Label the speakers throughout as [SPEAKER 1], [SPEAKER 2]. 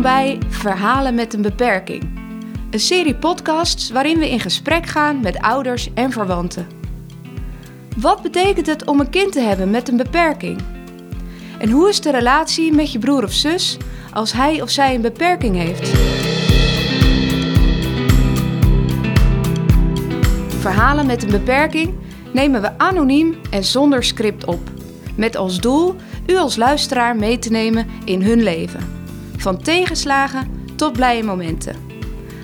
[SPEAKER 1] bij Verhalen met een Beperking. Een serie podcasts waarin we in gesprek gaan met ouders en verwanten. Wat betekent het om een kind te hebben met een beperking? En hoe is de relatie met je broer of zus als hij of zij een beperking heeft? Verhalen met een beperking nemen we anoniem en zonder script op. Met als doel u als luisteraar mee te nemen in hun leven. Van tegenslagen tot blije momenten.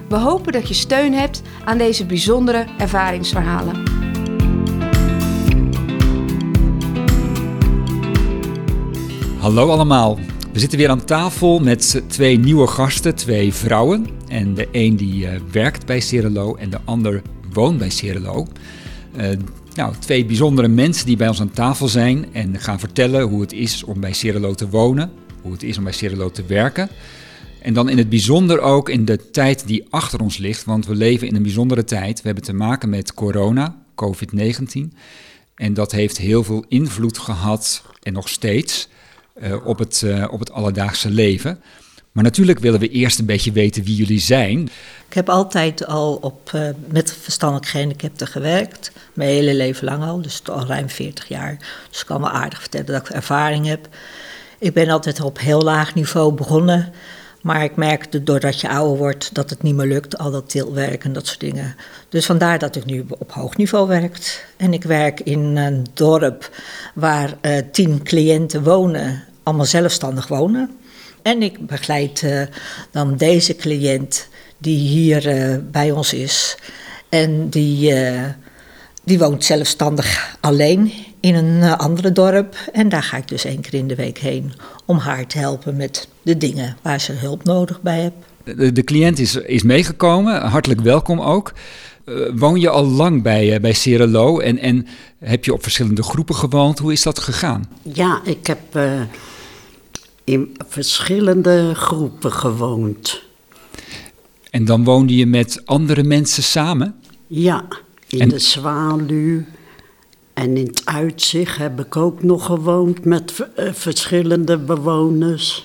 [SPEAKER 1] We hopen dat je steun hebt aan deze bijzondere ervaringsverhalen.
[SPEAKER 2] Hallo allemaal. We zitten weer aan tafel met twee nieuwe gasten, twee vrouwen. En de een die eh, werkt bij Cerelo en de ander woont bij Cerelo. Eh, nou, twee bijzondere mensen die bij ons aan tafel zijn en gaan vertellen hoe het is om bij Cerelo te wonen, hoe het is om bij Cerelo te werken. En dan in het bijzonder ook in de tijd die achter ons ligt, want we leven in een bijzondere tijd. We hebben te maken met corona, COVID-19. En dat heeft heel veel invloed gehad en nog steeds eh, op, het, eh, op het alledaagse leven. Maar natuurlijk willen we eerst een beetje weten wie jullie zijn.
[SPEAKER 3] Ik heb altijd al op, eh, met verstandelijk gehandicapten gewerkt. Mijn hele leven lang al, dus al ruim 40 jaar. Dus ik kan me aardig vertellen dat ik ervaring heb. Ik ben altijd op heel laag niveau begonnen. Maar ik merkte doordat je ouder wordt dat het niet meer lukt, al dat tilwerk en dat soort dingen. Dus vandaar dat ik nu op hoog niveau werk. En ik werk in een dorp waar eh, tien cliënten wonen, allemaal zelfstandig wonen. En ik begeleid eh, dan deze cliënt die hier eh, bij ons is. En die, eh, die woont zelfstandig alleen in een eh, andere dorp. En daar ga ik dus één keer in de week heen om haar te helpen met de dingen waar ze hulp nodig bij heeft.
[SPEAKER 2] De, de cliënt is, is meegekomen, hartelijk welkom ook. Eh, woon je al lang bij, eh, bij Cerelo en, en heb je op verschillende groepen gewoond? Hoe is dat gegaan?
[SPEAKER 4] Ja, ik heb eh, in verschillende groepen gewoond.
[SPEAKER 2] En dan woonde je met andere mensen samen?
[SPEAKER 4] Ja, in
[SPEAKER 2] En-
[SPEAKER 4] de Zwaluw en in het Uitzicht heb ik ook nog gewoond met v- eh, verschillende bewoners.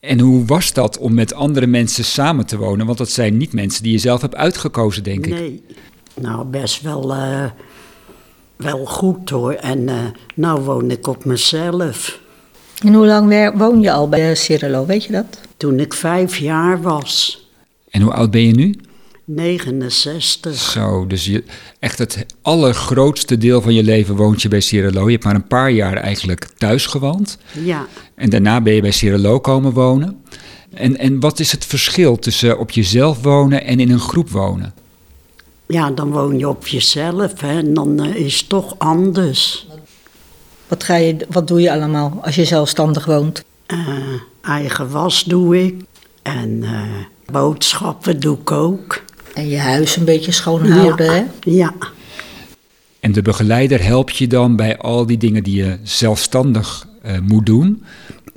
[SPEAKER 2] En hoe was dat om met andere mensen samen te wonen? Want dat zijn niet mensen die je zelf hebt uitgekozen, denk ik.
[SPEAKER 4] Nee, nou best wel, eh, wel goed hoor. En eh, nou woon ik op mezelf.
[SPEAKER 3] En hoe lang wer- woon je al bij eh, Cirilo, weet je dat?
[SPEAKER 4] Toen ik vijf jaar was,
[SPEAKER 2] En hoe oud ben je nu?
[SPEAKER 4] 69.
[SPEAKER 2] Zo, dus je, echt het allergrootste deel van je leven woont je bij Cirelo. Je hebt maar een paar jaar eigenlijk thuis gewoond.
[SPEAKER 4] Ja.
[SPEAKER 2] En daarna ben je bij Cirelo komen wonen. En, en wat is het verschil tussen op jezelf wonen en in een groep wonen?
[SPEAKER 4] ja, dan woon je op jezelf hè, en dan eh, is het toch anders.
[SPEAKER 3] Wat, ga je, wat doe je allemaal als je zelfstandig woont?
[SPEAKER 4] Eh, eigen was doe ik. En eh, boodschappen doe ik ook.
[SPEAKER 3] En je huis een beetje schoonhouden,
[SPEAKER 4] ja.
[SPEAKER 3] hè?
[SPEAKER 4] Ja.
[SPEAKER 2] En de begeleider helpt je dan bij al die dingen die je zelfstandig eh, moet doen.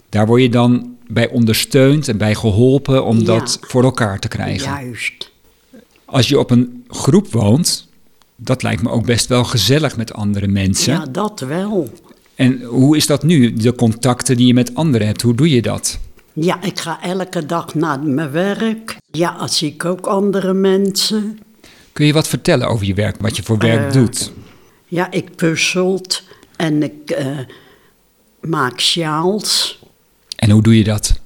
[SPEAKER 2] Daar word je dan bij ondersteund en bij geholpen om
[SPEAKER 4] Ja.
[SPEAKER 2] dat voor elkaar te krijgen.
[SPEAKER 4] Juist.
[SPEAKER 2] Als je op een groep woont, dat lijkt me ook best wel gezellig met andere mensen.
[SPEAKER 4] Ja, dat wel.
[SPEAKER 2] En hoe is dat nu, de contacten die je met anderen hebt? Hoe doe je dat?
[SPEAKER 4] Ja, ik ga elke dag naar mijn werk. Ja, zie ik ook andere mensen.
[SPEAKER 2] Kun je wat vertellen over je werk, wat je voor werk
[SPEAKER 4] Eh,
[SPEAKER 2] doet?
[SPEAKER 4] Ja, ik puzzelt en ik eh, maak sjaals,
[SPEAKER 2] En hoe doe je dat?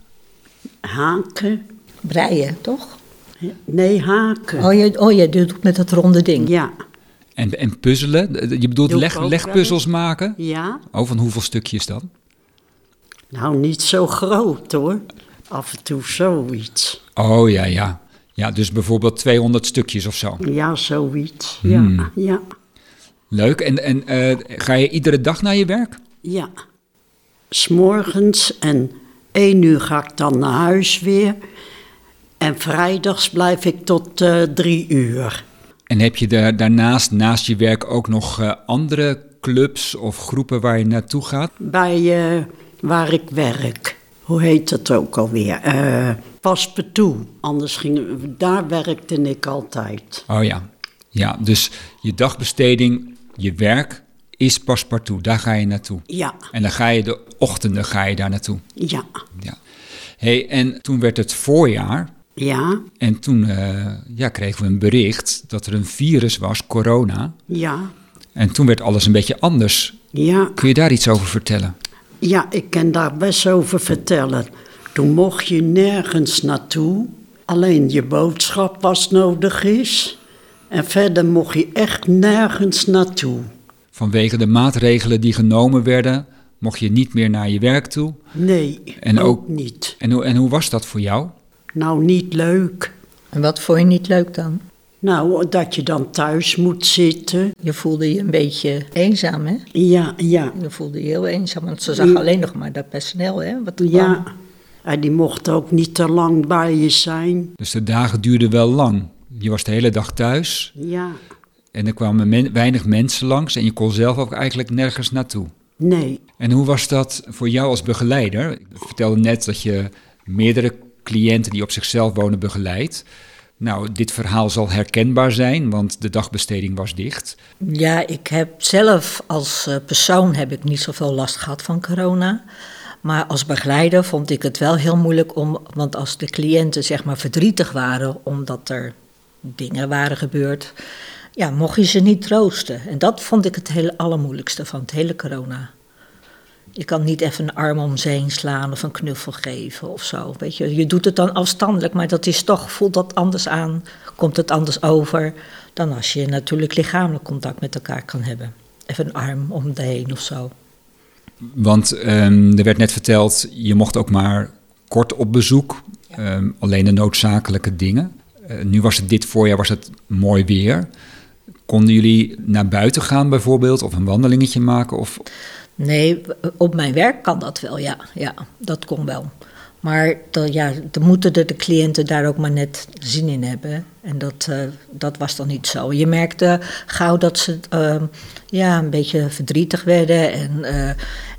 [SPEAKER 4] haken.
[SPEAKER 3] Breien, toch?
[SPEAKER 4] Nee, haken.
[SPEAKER 3] Oh, je, oh, je doet het met dat ronde ding.
[SPEAKER 4] Ja,
[SPEAKER 2] En, en puzzelen? Eh, Je bedoelt
[SPEAKER 4] Doe ik
[SPEAKER 2] leg,
[SPEAKER 4] ook wel
[SPEAKER 2] legpuzzels maken?
[SPEAKER 4] ja.
[SPEAKER 2] Oh, van hoeveel stukjes dan?
[SPEAKER 4] Nou, niet zo groot hoor. Af en toe zoiets.
[SPEAKER 2] Oh ja, ja. Ja, dus bijvoorbeeld 200 stukjes of zo.
[SPEAKER 4] Ja, zoiets. Ja, ja,
[SPEAKER 2] Leuk. En, en eh, ga je iedere dag naar je werk?
[SPEAKER 4] ja. S'morgens en één uur ga ik dan naar huis weer. En vrijdags blijf ik tot eh, drie uur.
[SPEAKER 2] En heb je daar, daarnaast, naast je werk, ook nog eh, andere clubs of groepen waar je naartoe gaat?
[SPEAKER 4] Bij eh, waar ik werk. Hoe heet dat ook alweer? Eh Passepartout. Anders ging, daar werkte ik altijd.
[SPEAKER 2] Oh ja. Ja, dus je dagbesteding, je werk is paspartout. Daar ga je naartoe.
[SPEAKER 4] Ja,
[SPEAKER 2] En dan ga je de ochtenden ga je daar naartoe.
[SPEAKER 4] ja.
[SPEAKER 2] Ja. hey, en toen werd het voorjaar
[SPEAKER 4] Ja,
[SPEAKER 2] en toen eh, ja, kregen we een bericht dat er een virus was, corona.
[SPEAKER 4] ja,
[SPEAKER 2] En toen werd alles een beetje anders.
[SPEAKER 4] ja.
[SPEAKER 2] Kun je daar iets over vertellen?
[SPEAKER 4] Ja, ik kan daar best over vertellen. Toen mocht je nergens naartoe. Alleen je boodschap was nodig is. En verder mocht je echt nergens naartoe.
[SPEAKER 2] Vanwege de maatregelen die genomen werden, mocht je niet meer naar je werk toe.
[SPEAKER 4] Nee,
[SPEAKER 2] En
[SPEAKER 4] ook,
[SPEAKER 2] ook-
[SPEAKER 4] niet.
[SPEAKER 2] En, hoe- en hoe was dat voor jou?
[SPEAKER 4] Nou, niet leuk.
[SPEAKER 3] En wat vond je niet leuk dan?
[SPEAKER 4] Nou, dat je dan thuis moet zitten.
[SPEAKER 3] Je voelde je een beetje eenzaam, hè?
[SPEAKER 4] Ja, ja,
[SPEAKER 3] Je voelde je heel eenzaam, want ze zag alleen nog maar dat personeel, hè? Wat er
[SPEAKER 2] Oh.
[SPEAKER 3] kwam.
[SPEAKER 4] ja. En die mocht ook niet te lang bij je zijn.
[SPEAKER 2] Dus de dagen duurden wel lang. Je was de hele dag thuis
[SPEAKER 4] Ja,
[SPEAKER 2] en er kwamen men- weinig mensen langs en je kon zelf ook eigenlijk nergens naartoe.
[SPEAKER 4] nee.
[SPEAKER 2] En hoe was dat voor jou als begeleider? Ik vertelde net dat je meerdere cliënten die op zichzelf wonen begeleidt. Nou, dit verhaal zal herkenbaar zijn, want de dagbesteding was dicht.
[SPEAKER 3] Ja, ik heb zelf als eh, persoon heb ik niet zoveel last gehad van corona. Maar als begeleider vond ik het wel heel moeilijk om. Want als de cliënten zeg maar verdrietig waren omdat er dingen waren gebeurd. Ja, mocht je ze niet troosten. En dat vond ik het hele allermoeilijkste van het hele corona. Je kan niet even een arm om ze heen slaan of een knuffel geven of zo. Weet je, je doet het dan afstandelijk, maar dat is toch, voelt dat anders aan, komt het anders over dan als je natuurlijk lichamelijk contact met elkaar kan hebben. Even een arm om de heen of zo.
[SPEAKER 2] Want ehm, er werd net verteld, je mocht ook maar kort op bezoek. Ehm, alleen de noodzakelijke dingen. Eh, nu was het dit voorjaar was het mooi weer. Konden jullie naar buiten gaan bijvoorbeeld? Of een wandelingetje maken? Of,
[SPEAKER 3] Nee, op mijn werk kan dat wel, ja. ja dat kon wel. Maar dan, ja, dan moeten de, de cliënten daar ook maar net zin in hebben. En dat, eh, dat was dan niet zo. Je merkte gauw dat ze eh, ja, een beetje verdrietig werden en, eh,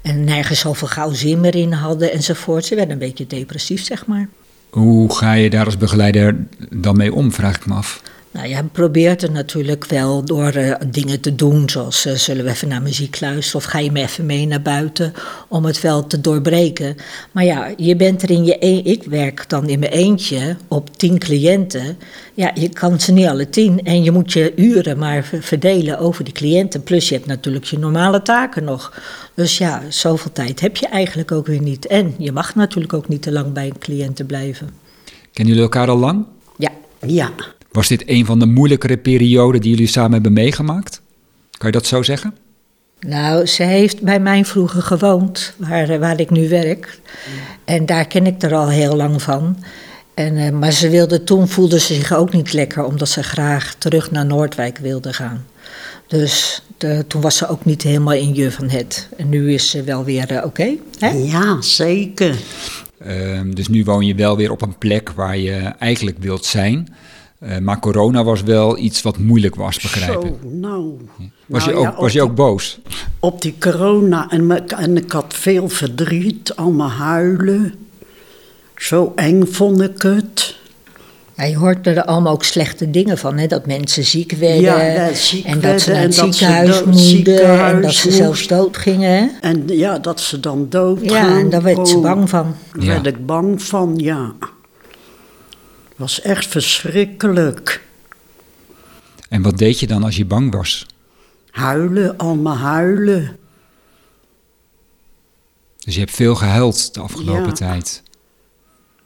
[SPEAKER 3] en nergens zoveel gauw zin meer in hadden enzovoort. Ze werden een beetje depressief, zeg maar.
[SPEAKER 2] hoe ga je daar als begeleider dan mee om, vraag ik me af.
[SPEAKER 3] Nou ja, probeert het natuurlijk wel door eh, dingen te doen, zoals eh, zullen we even naar muziek luisteren of ga je me even mee naar buiten om het wel te doorbreken. Maar ja, je bent er in je een, ik werk dan in mijn eentje op tien cliënten. Ja, je kan ze niet alle tien en je moet je uren maar ver- verdelen over die cliënten. Plus je hebt natuurlijk je normale taken nog. Dus ja, zoveel tijd heb je eigenlijk ook weer niet. En je mag natuurlijk ook niet te lang bij een cliënten blijven.
[SPEAKER 2] Kennen jullie elkaar al lang?
[SPEAKER 3] Ja,
[SPEAKER 4] Ja,
[SPEAKER 2] Was dit een van de moeilijkere perioden die jullie samen hebben meegemaakt? Kan je dat zo zeggen?
[SPEAKER 3] Nou, ze heeft bij mij vroeger gewoond, waar, eh, waar ik nu werk. En daar ken ik er al heel lang van. En, eh, maar ze wilde, toen voelde ze zich ook niet lekker, omdat ze graag terug naar Noordwijk wilde gaan. Dus de- toen was ze ook niet helemaal in je van het. En nu is ze wel weer eh, oké. hè?
[SPEAKER 4] ja, zeker.
[SPEAKER 2] Ehm, dus nu woon je wel weer op een plek waar je eigenlijk wilt zijn. Eh, maar corona was wel iets wat moeilijk was, begrijp ik.
[SPEAKER 4] Zo, nou.
[SPEAKER 2] Was,
[SPEAKER 4] Nou
[SPEAKER 2] je, ook,
[SPEAKER 4] ja,
[SPEAKER 2] was je ook boos?
[SPEAKER 4] op die corona en, me- en ik had veel verdriet, allemaal huilen. Zo eng vond ik het.
[SPEAKER 3] Ja, je hoort er allemaal ook slechte dingen van, hè? dat mensen ziek werden.
[SPEAKER 4] Ja, dat ziek
[SPEAKER 3] en dat
[SPEAKER 4] werden
[SPEAKER 3] ze naar
[SPEAKER 4] en
[SPEAKER 3] het
[SPEAKER 4] dat ze
[SPEAKER 3] ziekenhuis
[SPEAKER 4] dood-
[SPEAKER 3] moesten. En
[SPEAKER 4] ziekenhuis
[SPEAKER 3] dat ze
[SPEAKER 4] moest.
[SPEAKER 3] zelfs dood gingen. Hè?
[SPEAKER 4] En ja, dat ze dan dood Oh,
[SPEAKER 3] Ja, en daar werd ze bang van.
[SPEAKER 4] Daar werd ik bang van, ja. Het was echt verschrikkelijk.
[SPEAKER 2] En wat deed je dan als je bang was?
[SPEAKER 4] Huilen, allemaal huilen.
[SPEAKER 2] Dus je hebt veel gehuild de afgelopen
[SPEAKER 4] Ja.
[SPEAKER 2] tijd.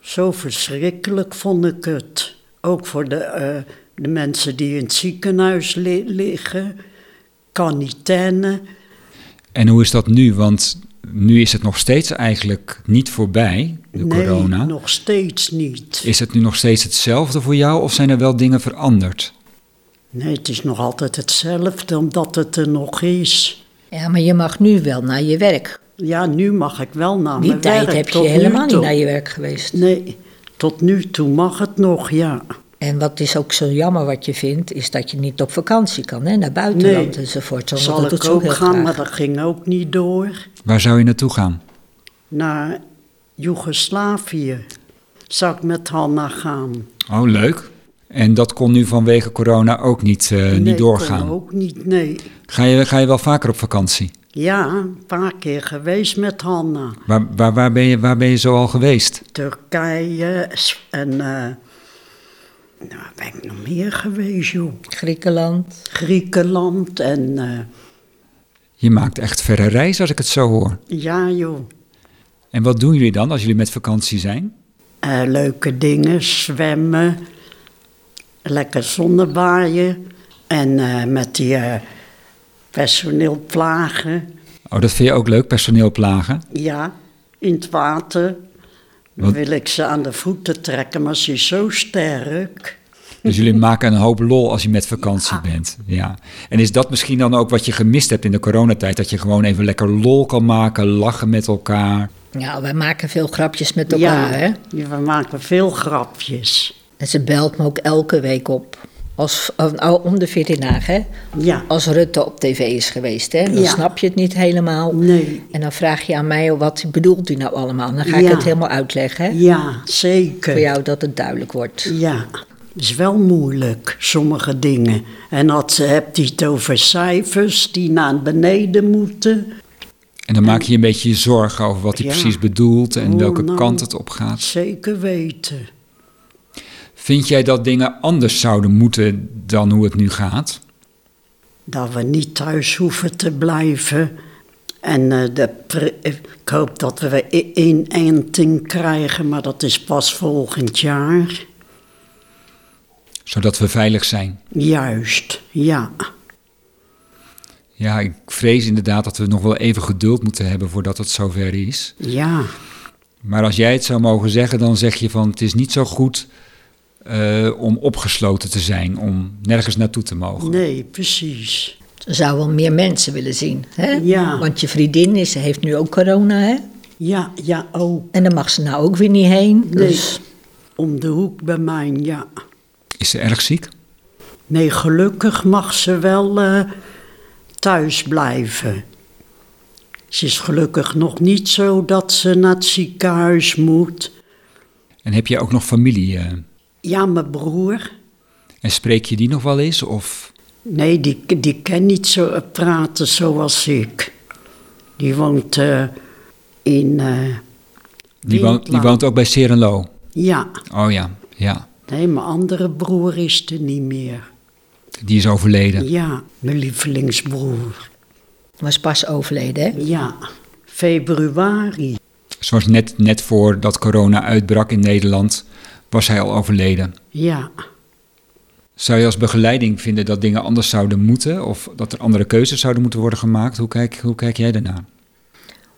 [SPEAKER 4] Zo verschrikkelijk vond ik het. Ook voor de, eh, de mensen die in het ziekenhuis li- liggen. Quarantaine.
[SPEAKER 2] En hoe is dat nu? Want nu is het nog steeds eigenlijk niet voorbij, de
[SPEAKER 4] nee,
[SPEAKER 2] corona.
[SPEAKER 4] nog steeds niet.
[SPEAKER 2] Is het nu nog steeds hetzelfde voor jou of zijn er wel dingen veranderd?
[SPEAKER 4] Nee, het is nog altijd hetzelfde, omdat het er nog is.
[SPEAKER 3] Ja, maar je mag nu wel naar je werk.
[SPEAKER 4] Ja, nu mag ik wel naar
[SPEAKER 3] Die
[SPEAKER 4] mijn
[SPEAKER 3] tijd
[SPEAKER 4] werk,
[SPEAKER 3] heb je
[SPEAKER 4] tot nu
[SPEAKER 3] helemaal niet
[SPEAKER 4] toe.
[SPEAKER 3] naar je werk geweest.
[SPEAKER 4] Nee, tot nu toe mag het nog, ja.
[SPEAKER 3] En wat is ook zo jammer wat je vindt, is dat je niet op vakantie kan, hè, naar buitenland
[SPEAKER 4] Nee.
[SPEAKER 3] enzovoort. want
[SPEAKER 4] Zal
[SPEAKER 3] dat doet
[SPEAKER 4] ik
[SPEAKER 3] ze ook
[SPEAKER 4] ook
[SPEAKER 3] heel
[SPEAKER 4] gaan,
[SPEAKER 3] graag.
[SPEAKER 4] maar dat ging ook niet door.
[SPEAKER 2] Waar zou je naartoe gaan?
[SPEAKER 4] Naar Joegoslavië zou ik met Hanna gaan.
[SPEAKER 2] Oh, leuk. En dat kon nu vanwege corona ook niet, eh,
[SPEAKER 4] nee,
[SPEAKER 2] niet doorgaan.
[SPEAKER 4] kon ook niet, nee.
[SPEAKER 2] Ga je, ga je wel vaker op vakantie?
[SPEAKER 4] Ja, een paar keer geweest met Hanna.
[SPEAKER 2] Waar, waar, waar, ben, je, waar ben je zo al geweest?
[SPEAKER 4] Turkije S- en. eh nou, waar ben ik nog meer geweest, joh?
[SPEAKER 3] Griekenland.
[SPEAKER 4] Griekenland en. eh,
[SPEAKER 2] Je maakt echt verre reis als ik het zo hoor.
[SPEAKER 4] ja, joh.
[SPEAKER 2] En wat doen jullie dan als jullie met vakantie zijn?
[SPEAKER 4] Eh, leuke dingen, zwemmen, lekker zonnebaaien en eh, met die eh, personeel plagen.
[SPEAKER 2] Oh, dat vind je ook leuk, personeel plagen?
[SPEAKER 4] Ja, in het water. Dan
[SPEAKER 2] Wat?
[SPEAKER 4] wil ik ze aan de voeten trekken, maar ze is zo sterk.
[SPEAKER 2] Dus jullie maken een hoop lol als je met vakantie bent. Ja. En is dat misschien dan ook wat je gemist hebt in de coronatijd? Dat je gewoon even lekker lol kan maken, lachen met elkaar.
[SPEAKER 3] Ja, wij maken veel grapjes met elkaar,
[SPEAKER 4] ja,
[SPEAKER 3] hè.
[SPEAKER 4] ja, we maken veel grapjes.
[SPEAKER 3] En ze belt me ook elke week op. Als, oh, om de 14 dagen, hè?
[SPEAKER 4] Ja,
[SPEAKER 3] Als Rutte op tv is geweest, hè? Dan
[SPEAKER 4] Ja.
[SPEAKER 3] snap je het niet helemaal.
[SPEAKER 4] nee,
[SPEAKER 3] En dan vraag je aan mij, wat bedoelt u nou allemaal? Dan ga ik
[SPEAKER 4] Ja.
[SPEAKER 3] het helemaal uitleggen, hè?
[SPEAKER 4] ja,
[SPEAKER 3] Voor
[SPEAKER 4] zeker.
[SPEAKER 3] jou dat het duidelijk wordt.
[SPEAKER 4] Ja, is wel moeilijk, sommige dingen. En als ze hebt hij het over cijfers die naar beneden moeten.
[SPEAKER 2] En dan maak je je een beetje je zorgen over wat hij
[SPEAKER 4] Ja.
[SPEAKER 2] precies bedoelt en
[SPEAKER 4] Oh,
[SPEAKER 2] welke
[SPEAKER 4] nou.
[SPEAKER 2] kant het op gaat.
[SPEAKER 4] Zeker weten.
[SPEAKER 2] Vind jij dat dingen anders zouden moeten dan hoe het nu gaat?
[SPEAKER 4] Dat we niet thuis hoeven te blijven. En eh, de pre- ik hoop dat we i- inenting krijgen, maar dat is pas volgend jaar.
[SPEAKER 2] Zodat we veilig zijn.
[SPEAKER 4] Juist, ja.
[SPEAKER 2] Ja, ik vrees inderdaad dat we nog wel even geduld moeten hebben voordat het zover is.
[SPEAKER 4] Ja,
[SPEAKER 2] Maar als jij het zou mogen zeggen, dan zeg je van het is niet zo goed eh, om opgesloten te zijn, om nergens naartoe te mogen.
[SPEAKER 4] nee, precies.
[SPEAKER 3] Ze zou wel meer mensen willen zien, hè?
[SPEAKER 4] Ja.
[SPEAKER 3] Want je vriendin is, heeft nu ook corona, hè?
[SPEAKER 4] Ja, ja, ook.
[SPEAKER 3] En dan mag ze nou ook weer niet heen.
[SPEAKER 4] Nee.
[SPEAKER 3] Dus
[SPEAKER 4] Om de hoek bij mij, ja.
[SPEAKER 2] Is ze erg ziek?
[SPEAKER 4] Nee, gelukkig mag ze wel eh, thuis blijven. Ze is gelukkig nog niet zo dat ze naar het ziekenhuis moet.
[SPEAKER 2] En heb je ook nog familie? eh?
[SPEAKER 4] Ja, mijn broer.
[SPEAKER 2] en spreek je die nog wel eens? Of
[SPEAKER 4] Nee, die, die kan niet zo praten zoals ik. Die woont eh, in. eh,
[SPEAKER 2] die, woont, die
[SPEAKER 4] Windlaan.
[SPEAKER 2] woont ook bij Serenlo?
[SPEAKER 4] Ja,
[SPEAKER 2] Oh ja, ja.
[SPEAKER 4] nee, mijn andere broer is er niet meer.
[SPEAKER 2] Die is overleden.
[SPEAKER 4] Ja, mijn lievelingsbroer.
[SPEAKER 3] was pas overleden, hè?
[SPEAKER 4] Ja, februari.
[SPEAKER 2] Zoals net, net voordat corona uitbrak in Nederland, was hij al overleden.
[SPEAKER 4] Ja.
[SPEAKER 2] Zou je als begeleiding vinden dat dingen anders zouden moeten? Of dat er andere keuzes zouden moeten worden gemaakt? Hoe kijk, hoe kijk jij daarnaar?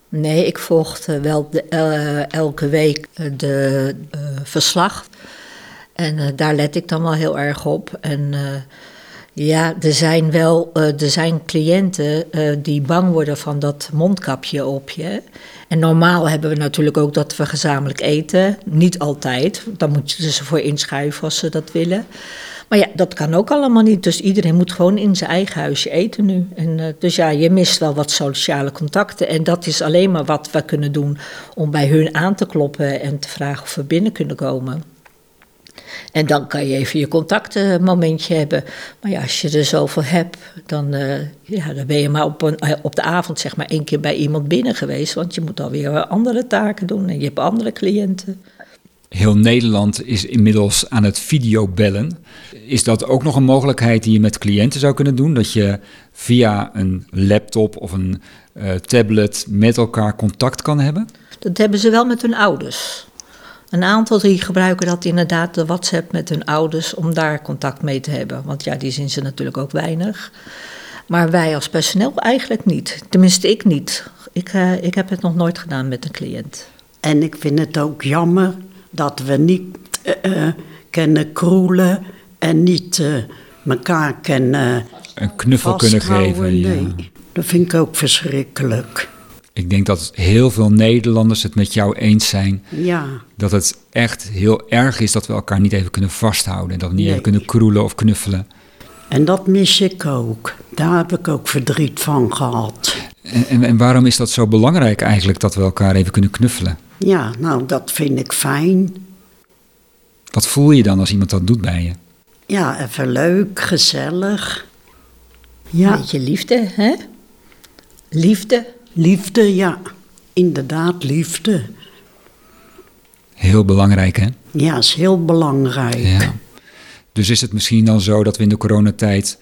[SPEAKER 3] Nee, ik volgde wel de, eh, elke week eh, de eh, verslag. En eh, daar let ik dan wel heel erg op. En eh, ja, er zijn wel eh, er zijn cliënten eh, die bang worden van dat mondkapje op je. En normaal hebben we natuurlijk ook dat we gezamenlijk eten. Niet altijd. Dan moet je dus voor inschuiven als ze dat willen. Maar ja, dat kan ook allemaal niet. Dus iedereen moet gewoon in zijn eigen huisje eten nu. En, eh, dus ja, je mist wel wat sociale contacten. En dat is alleen maar wat we kunnen doen om bij hun aan te kloppen en te vragen of we binnen kunnen komen. En dan kan je even je contactmomentje hebben. Maar ja, als je er zoveel hebt, dan, eh, ja, dan ben je maar op, een, eh, op de avond zeg maar één keer bij iemand binnen geweest. Want je moet alweer eh, andere taken doen en je hebt andere cliënten.
[SPEAKER 2] Heel Nederland is inmiddels aan het videobellen. Is dat ook nog een mogelijkheid die je met cliënten zou kunnen doen? Dat je via een laptop of een eh, tablet met elkaar contact kan hebben?
[SPEAKER 3] Dat hebben ze wel met hun ouders. Een aantal die gebruiken dat inderdaad, de WhatsApp met hun ouders, om daar contact mee te hebben. Want ja, die zien ze natuurlijk ook weinig. Maar wij als personeel eigenlijk niet. Tenminste, ik niet. Ik, eh, ik heb het nog nooit gedaan met een cliënt.
[SPEAKER 4] En ik vind het ook jammer dat we niet eh, eh, kunnen kroelen en niet eh, elkaar kunnen
[SPEAKER 2] Een knuffel kunnen
[SPEAKER 4] vasthouden.
[SPEAKER 2] geven. ja.
[SPEAKER 4] Nee, dat vind ik ook verschrikkelijk.
[SPEAKER 2] Ik denk dat heel veel Nederlanders het met jou eens zijn.
[SPEAKER 4] Ja,
[SPEAKER 2] Dat het echt heel erg is dat we elkaar niet even kunnen vasthouden. En dat we niet
[SPEAKER 4] Nee.
[SPEAKER 2] even kunnen kroelen of knuffelen.
[SPEAKER 4] en dat mis ik ook. Daar heb ik ook verdriet van gehad.
[SPEAKER 2] En, en, en waarom is dat zo belangrijk eigenlijk dat we elkaar even kunnen knuffelen?
[SPEAKER 4] Ja, nou, dat vind ik fijn.
[SPEAKER 2] Wat voel je dan als iemand dat doet bij je?
[SPEAKER 4] Ja, even leuk, gezellig.
[SPEAKER 3] Een
[SPEAKER 4] Ja,
[SPEAKER 3] beetje liefde, hè? Liefde.
[SPEAKER 4] Liefde, ja. Inderdaad, liefde.
[SPEAKER 2] Heel belangrijk, hè?
[SPEAKER 4] Ja, is heel belangrijk.
[SPEAKER 2] Ja. Dus is het misschien dan zo dat we in de coronatijd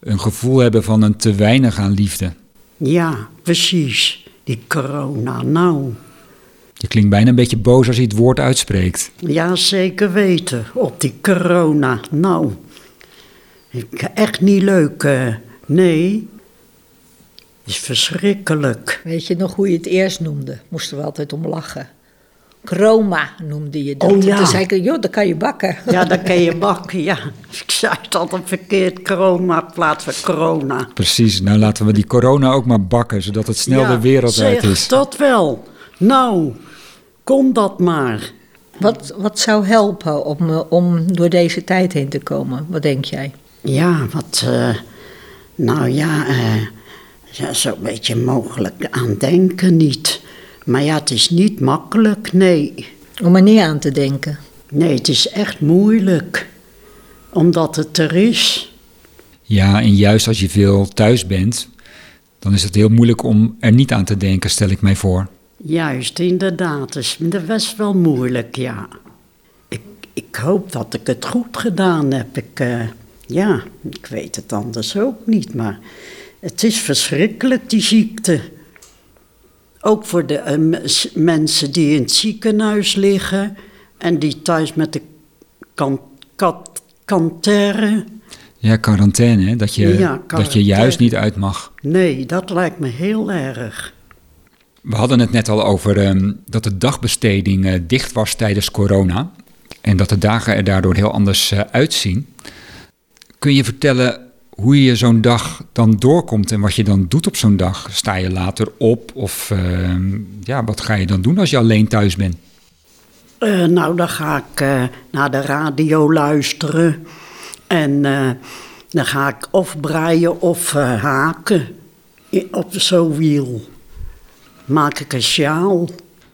[SPEAKER 2] een gevoel hebben van een te weinig aan liefde?
[SPEAKER 4] Ja, precies. Die corona, nou.
[SPEAKER 2] Je klinkt bijna een beetje boos als je het woord uitspreekt.
[SPEAKER 4] Ja, zeker weten. Op die corona, nou. Ik- Echt niet leuk, eh. nee. Is verschrikkelijk.
[SPEAKER 3] Weet je nog hoe je het eerst noemde? Moesten we altijd om lachen. Chroma noemde je dat.
[SPEAKER 4] Oh, ja.
[SPEAKER 3] Toen zei ik, joh, dat kan je bakken.
[SPEAKER 4] Ja, dan kan je bakken, ja. Ik zei het altijd verkeerd, corona in plaats van corona.
[SPEAKER 2] Precies, nou laten we die corona ook maar bakken, zodat het snel
[SPEAKER 4] Ja,
[SPEAKER 2] de wereld uit
[SPEAKER 4] zeg
[SPEAKER 2] is.
[SPEAKER 4] dat wel. Nou, kom dat maar.
[SPEAKER 3] Wat, wat zou helpen om, eh, om door deze tijd heen te komen? Wat denk jij?
[SPEAKER 4] Ja, wat. eh, nou ja, eh, ja, zo'n beetje mogelijk aan denken niet. Maar ja, het is niet makkelijk, nee.
[SPEAKER 3] Om er niet aan te denken.
[SPEAKER 4] Nee, het is echt moeilijk. Omdat het er is.
[SPEAKER 2] Ja, en juist als je veel thuis bent, dan is het heel moeilijk om er niet aan te denken, stel ik mij voor.
[SPEAKER 4] Juist, inderdaad. Het is best wel moeilijk, ja. Ik, ik hoop dat ik het goed gedaan heb. Ik, eh, ja, ik weet het anders ook niet, maar het is verschrikkelijk, die ziekte. Ook voor de eh, m- s- mensen die in het ziekenhuis liggen en die thuis met de kan, kat, kanteren.
[SPEAKER 2] Ja, quarantaine, hè? Dat, je,
[SPEAKER 4] Ja,
[SPEAKER 2] dat
[SPEAKER 4] quarantaine.
[SPEAKER 2] je juist niet uit mag.
[SPEAKER 4] Nee, dat lijkt me heel erg.
[SPEAKER 2] We hadden het net al over ehm, dat de dagbesteding eh, dicht was tijdens corona. En dat de dagen er daardoor heel anders eh, uitzien. Kun je vertellen hoe je zo'n dag dan doorkomt en wat je dan doet op zo'n dag? Sta je later op of ehm, ja, wat ga je dan doen als je alleen thuis bent?
[SPEAKER 4] Eh, nou, dan ga ik eh, naar de radio luisteren. En eh, dan ga ik of breien of eh, haken I- op zo'n wiel. Maak ik een sjaal.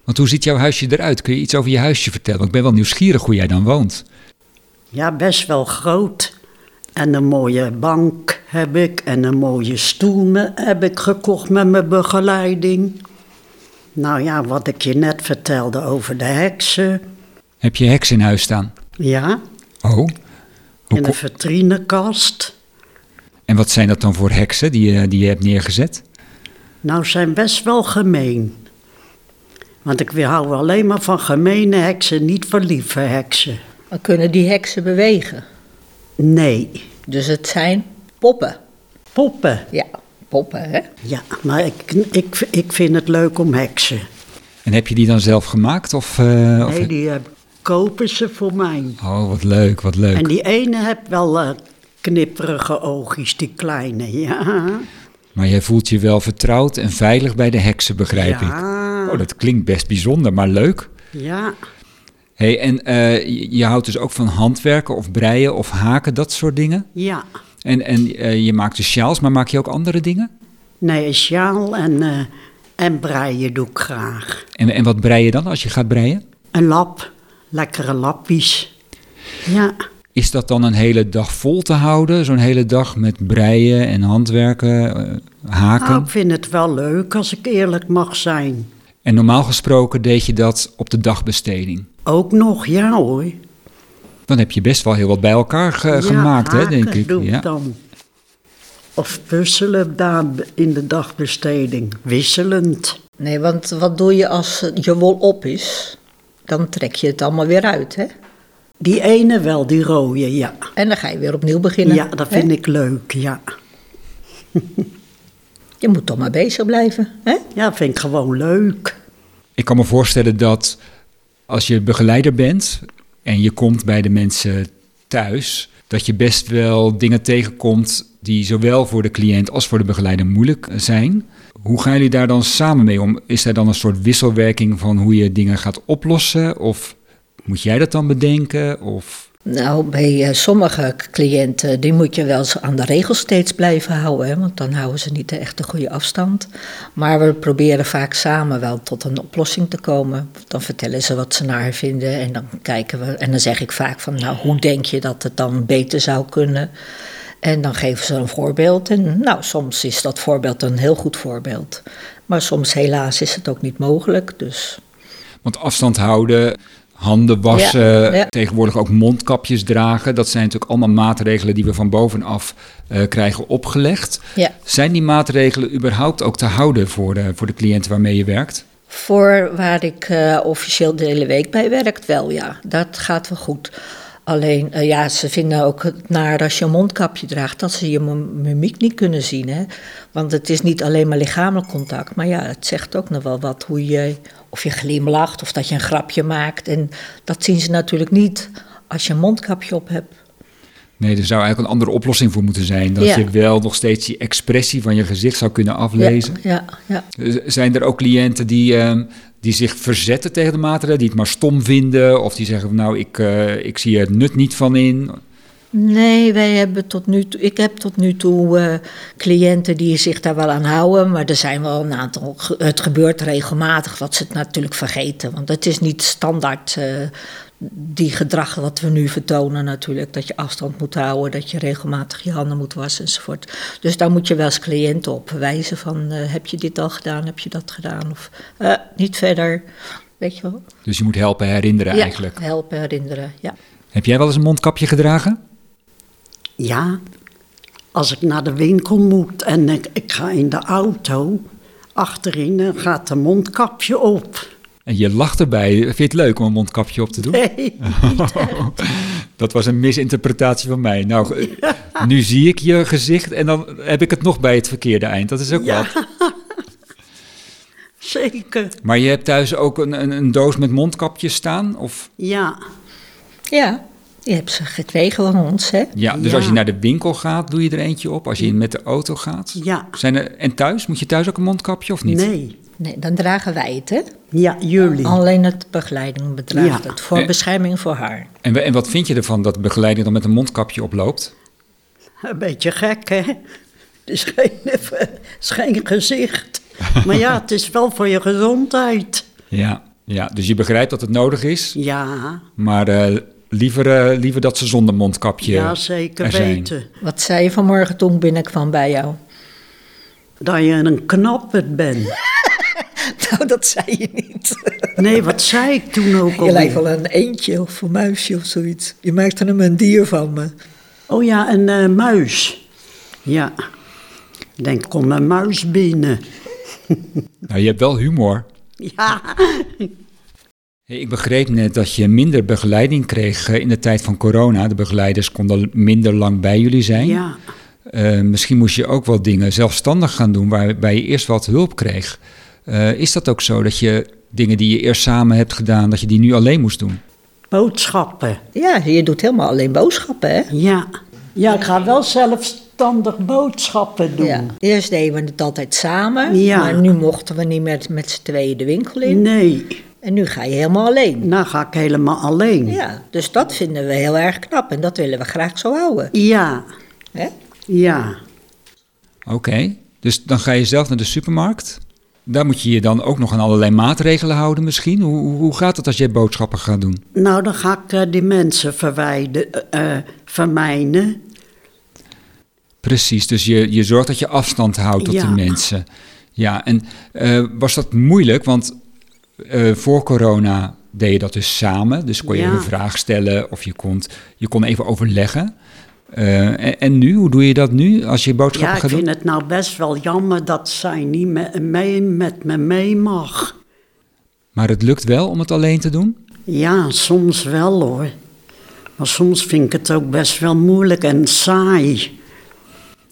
[SPEAKER 2] Want hoe ziet jouw huisje eruit? Kun je iets over je huisje vertellen? Want ik ben wel nieuwsgierig hoe jij dan woont.
[SPEAKER 4] Ja, best wel groot. En een mooie bank heb ik en een mooie stoel me- heb ik gekocht met mijn begeleiding. Nou ja, wat ik je net vertelde over de heksen.
[SPEAKER 2] Heb je heks in huis staan?
[SPEAKER 4] Ja,
[SPEAKER 2] Oh. Hoe
[SPEAKER 4] in
[SPEAKER 2] ko-
[SPEAKER 4] een vitrinekast.
[SPEAKER 2] en wat zijn dat dan voor heksen die je, die je hebt neergezet?
[SPEAKER 4] Nou, ze zijn best wel gemeen. Want ik hou alleen maar van gemene heksen, niet van lieve heksen.
[SPEAKER 3] Maar kunnen die heksen bewegen?
[SPEAKER 4] Nee,
[SPEAKER 3] Dus het zijn poppen.
[SPEAKER 4] poppen.
[SPEAKER 3] Ja, poppen, hè?
[SPEAKER 4] Ja, maar ik, ik, ik vind het leuk om heksen.
[SPEAKER 2] En heb je die dan zelf gemaakt? Of, eh, of-
[SPEAKER 4] Nee, die eh, kopen ze voor mij.
[SPEAKER 2] Oh, wat leuk, wat leuk.
[SPEAKER 4] En die ene heeft wel eh, knipperige oogjes, die kleine, ja.
[SPEAKER 2] Maar jij voelt je wel vertrouwd en veilig bij de heksen, begrijp ik.
[SPEAKER 4] Ja.
[SPEAKER 2] Oh, dat klinkt best bijzonder, maar leuk.
[SPEAKER 4] Ja,
[SPEAKER 2] Hey, en eh, je, je houdt dus ook van handwerken of breien of haken, dat soort dingen?
[SPEAKER 4] ja.
[SPEAKER 2] En, en eh, je maakt dus sjaals, maar maak je ook andere dingen?
[SPEAKER 4] Nee, een sjaal en, eh, en breien doe ik graag.
[SPEAKER 2] En, en wat brei je dan als je gaat breien?
[SPEAKER 4] Een lap, lekkere lappies. Ja.
[SPEAKER 2] Is dat dan een hele dag vol te houden? Zo'n hele dag met breien en handwerken, eh, haken?
[SPEAKER 4] Nou, ik vind het wel leuk als ik eerlijk mag zijn.
[SPEAKER 2] En normaal gesproken deed je dat op de dagbesteding.
[SPEAKER 4] Ook nog, ja hoor.
[SPEAKER 2] Eh, Dan heb je best wel heel wat bij elkaar ge-
[SPEAKER 4] Ja,
[SPEAKER 2] gemaakt, hè,
[SPEAKER 4] haken
[SPEAKER 2] denk ik.
[SPEAKER 4] Doe ik
[SPEAKER 2] ja.
[SPEAKER 4] dan. Of puzzelen daar in de dagbesteding. Wisselend.
[SPEAKER 3] Nee, want wat doe je als je wol op is? Dan trek je het allemaal weer uit, hè?
[SPEAKER 4] Die ene wel, die rode, ja.
[SPEAKER 3] En dan ga je weer opnieuw beginnen.
[SPEAKER 4] Ja, dat vind
[SPEAKER 3] hè?
[SPEAKER 4] ik leuk, ja.
[SPEAKER 3] Je moet toch maar bezig blijven, hè?
[SPEAKER 4] Ja, vind ik gewoon leuk.
[SPEAKER 2] Ik kan me voorstellen dat als je begeleider bent en je komt bij de mensen thuis, dat je best wel dingen tegenkomt die zowel voor de cliënt als voor de begeleider moeilijk zijn. Hoe gaan jullie daar dan samen mee om? Is er dan een soort wisselwerking van hoe je dingen gaat oplossen? Of moet jij dat dan bedenken? Of...
[SPEAKER 3] Nou, bij eh, sommige k- cliënten die moet je wel eens aan de regels steeds blijven houden, hè, want dan houden ze niet de echte goede afstand. Maar we proberen vaak samen wel tot een oplossing te komen. Dan vertellen ze wat ze naar vinden en dan kijken we. En dan zeg ik vaak van, nou, hoe denk je dat het dan beter zou kunnen? En dan geven ze een voorbeeld. En nou, soms is dat voorbeeld een heel goed voorbeeld. Maar soms helaas is het ook niet mogelijk. Dus
[SPEAKER 2] Want afstand houden, handen wassen,
[SPEAKER 3] Ja, ja.
[SPEAKER 2] tegenwoordig ook mondkapjes dragen. Dat zijn natuurlijk allemaal maatregelen die we van bovenaf eh, krijgen opgelegd.
[SPEAKER 3] ja.
[SPEAKER 2] Zijn die maatregelen überhaupt ook te houden voor de, voor de cliënten waarmee je werkt?
[SPEAKER 3] Voor waar ik eh, officieel de hele week bij werk, wel ja. Dat gaat wel goed. Alleen, eh, ja, ze vinden ook het naar als je een mondkapje draagt, dat ze je mim- mimiek niet kunnen zien. Hè? Want het is niet alleen maar lichamelijk contact, maar ja, het zegt ook nog wel wat hoe je, of je glimlacht of dat je een grapje maakt. En dat zien ze natuurlijk niet als je een mondkapje op hebt.
[SPEAKER 2] Nee, er zou eigenlijk een andere oplossing voor moeten zijn. Dat
[SPEAKER 3] Ja.
[SPEAKER 2] je wel nog steeds die expressie van je gezicht zou kunnen aflezen.
[SPEAKER 3] Ja, ja, ja.
[SPEAKER 2] Z- Zijn er ook cliënten die, ehm, die zich verzetten tegen de maatregelen, die het maar stom vinden? Of die zeggen, nou, ik, eh, ik zie er nut niet van in.
[SPEAKER 3] Nee, wij hebben tot nu toe, ik heb tot nu toe eh, cliënten die zich daar wel aan houden. Maar er zijn wel een aantal. ge- Het gebeurt regelmatig wat ze het natuurlijk vergeten. Want het is niet standaard eh, die gedrag wat we nu vertonen, natuurlijk. Dat je afstand moet houden, dat je regelmatig je handen moet wassen enzovoort. Dus daar moet je wel eens cliënten op wijzen: van eh, heb je dit al gedaan, heb je dat gedaan? Of eh, niet verder. Weet je wel?
[SPEAKER 2] Dus je moet helpen herinneren eigenlijk.
[SPEAKER 3] Ja, helpen, herinneren. Ja.
[SPEAKER 2] Heb jij wel eens een mondkapje gedragen?
[SPEAKER 4] Ja, als ik naar de winkel moet en ik, ik ga in de auto, achterin dan gaat de mondkapje op.
[SPEAKER 2] En je lacht erbij. Vind je het leuk om een mondkapje op te doen?
[SPEAKER 4] Nee,
[SPEAKER 2] Dat was een misinterpretatie van mij. Nou, eh, nu zie ik je gezicht en dan heb ik het nog bij het verkeerde eind. Dat is ook
[SPEAKER 4] Ja.
[SPEAKER 2] wat.
[SPEAKER 4] zeker.
[SPEAKER 2] Maar je hebt thuis ook een, een, een doos met mondkapjes staan? Of?
[SPEAKER 4] Ja,
[SPEAKER 3] Ja, je hebt ze gekregen van ons, hè?
[SPEAKER 2] Ja, dus
[SPEAKER 4] Ja.
[SPEAKER 2] als je naar de winkel gaat, doe je er eentje op. Als je met de auto gaat.
[SPEAKER 4] ja,
[SPEAKER 2] Zijn er, en thuis? Moet je thuis ook een mondkapje of niet?
[SPEAKER 4] nee.
[SPEAKER 3] Nee, dan dragen wij het, hè?
[SPEAKER 4] Ja, jullie.
[SPEAKER 3] Alleen het begeleiding bedraagt
[SPEAKER 4] Ja.
[SPEAKER 3] het. Voor
[SPEAKER 2] Eh.
[SPEAKER 3] bescherming voor haar.
[SPEAKER 2] En, wa- en wat vind je ervan dat de begeleiding dan met een mondkapje oploopt?
[SPEAKER 4] Een beetje gek, hè? Het is geen, het is geen gezicht. Maar ja, het is wel voor je gezondheid.
[SPEAKER 2] Ja. ja, dus je begrijpt dat het nodig is.
[SPEAKER 4] Ja,
[SPEAKER 2] Maar eh, liever, eh, liever dat ze zonder mondkapje
[SPEAKER 4] ja zeker
[SPEAKER 2] er zijn.
[SPEAKER 4] weten.
[SPEAKER 3] Wat zei je vanmorgen toen ik binnenkwam bij jou?
[SPEAKER 4] Dat je een knapperd bent.
[SPEAKER 3] Nou, dat zei je niet.
[SPEAKER 4] Nee, wat zei ik toen ook
[SPEAKER 3] Je lijkt
[SPEAKER 4] al?
[SPEAKER 3] wel een eentje of een muisje of zoiets. Je maakt er hem een dier van me.
[SPEAKER 4] Oh ja, een eh, muis. Ja. Ik denk, kom een muis binnen.
[SPEAKER 2] Nou, je hebt wel humor.
[SPEAKER 4] Ja,
[SPEAKER 2] Hey, ik begreep net dat je minder begeleiding kreeg eh, in de tijd van corona. De begeleiders konden minder lang bij jullie zijn.
[SPEAKER 4] ja.
[SPEAKER 2] Eh, misschien moest je ook wel dingen zelfstandig gaan doen waarbij je eerst wat hulp kreeg. Eh, is dat ook zo dat je dingen die je eerst samen hebt gedaan, dat je die nu alleen moest doen?
[SPEAKER 4] Boodschappen.
[SPEAKER 3] Ja, je doet helemaal alleen boodschappen, hè?
[SPEAKER 4] Ja. Ja, ik ga wel zelfstandig boodschappen doen.
[SPEAKER 3] Ja. Eerst deden we het altijd samen.
[SPEAKER 4] Ja.
[SPEAKER 3] Maar nu mochten we niet met, met z'n tweeën de winkel in.
[SPEAKER 4] Nee,
[SPEAKER 3] En nu ga je helemaal alleen.
[SPEAKER 4] nou ga ik helemaal alleen.
[SPEAKER 3] Ja, dus dat vinden we heel erg knap en dat willen we graag zo houden.
[SPEAKER 4] Ja,
[SPEAKER 3] Hè?
[SPEAKER 4] ja.
[SPEAKER 2] Oké, dus dan ga je zelf naar de supermarkt. Daar moet je je dan ook nog aan allerlei maatregelen houden misschien. Hoe, hoe- hoe gaat het als jij boodschappen gaat doen?
[SPEAKER 4] Nou, dan ga ik eh, die mensen verwijden, eh eh, vermijden.
[SPEAKER 2] Precies, dus je, je zorgt dat je afstand houdt tot
[SPEAKER 4] Ja.
[SPEAKER 2] de mensen. Ja, en eh, was dat moeilijk? Want eh, voor corona deed je dat dus samen. Dus kon je
[SPEAKER 4] Ja.
[SPEAKER 2] een vraag stellen of je kon, je kon even overleggen. Eh, en, en nu, hoe doe je dat nu als je boodschappen
[SPEAKER 4] Ja, ik
[SPEAKER 2] gaat doen?
[SPEAKER 4] vind het nou best wel jammer dat zij niet me- mee met me mee mag.
[SPEAKER 2] Maar het lukt wel om het alleen te doen?
[SPEAKER 4] Ja, soms wel hoor. Maar soms vind ik het ook best wel moeilijk en saai.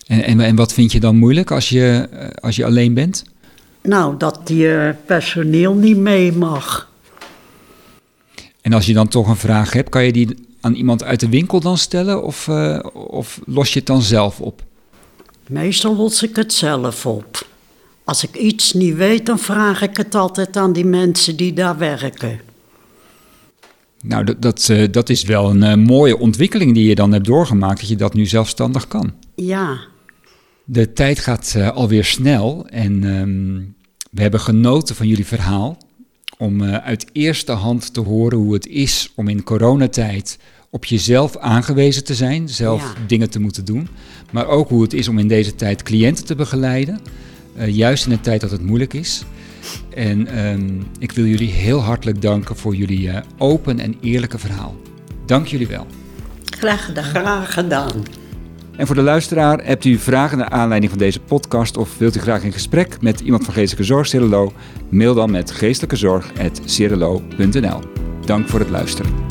[SPEAKER 2] En, en, en wat vind je dan moeilijk als je, eh, als je alleen bent?
[SPEAKER 4] Nou, dat die eh, personeel niet mee mag.
[SPEAKER 2] En als je dan toch een vraag hebt, kan je die aan iemand uit de winkel dan stellen? Of, eh, of los je het dan zelf op?
[SPEAKER 4] Meestal los ik het zelf op. Als ik iets niet weet, dan vraag ik het altijd aan die mensen die daar werken.
[SPEAKER 2] Nou, dat, dat, eh, dat is wel een eh, mooie ontwikkeling die je dan hebt doorgemaakt, dat je dat nu zelfstandig kan.
[SPEAKER 4] Ja,
[SPEAKER 2] De tijd gaat eh, alweer snel en ehm, we hebben genoten van jullie verhaal. Om eh, uit eerste hand te horen hoe het is om in coronatijd op jezelf aangewezen te zijn, zelf
[SPEAKER 4] Ja.
[SPEAKER 2] dingen te moeten doen. Maar ook hoe het is om in deze tijd cliënten te begeleiden, eh, juist in een tijd dat het moeilijk is. En ehm, ik wil jullie heel hartelijk danken voor jullie eh, open en eerlijke verhaal. Dank jullie wel.
[SPEAKER 3] Graag gedaan.
[SPEAKER 4] Graag gedaan.
[SPEAKER 2] En voor de luisteraar, hebt u vragen naar aanleiding van deze podcast of wilt u graag in gesprek met iemand van Geestelijke Zorg Cirelo? Mail dan met geestelijkezorg.cirelo.nl. Dank voor het luisteren.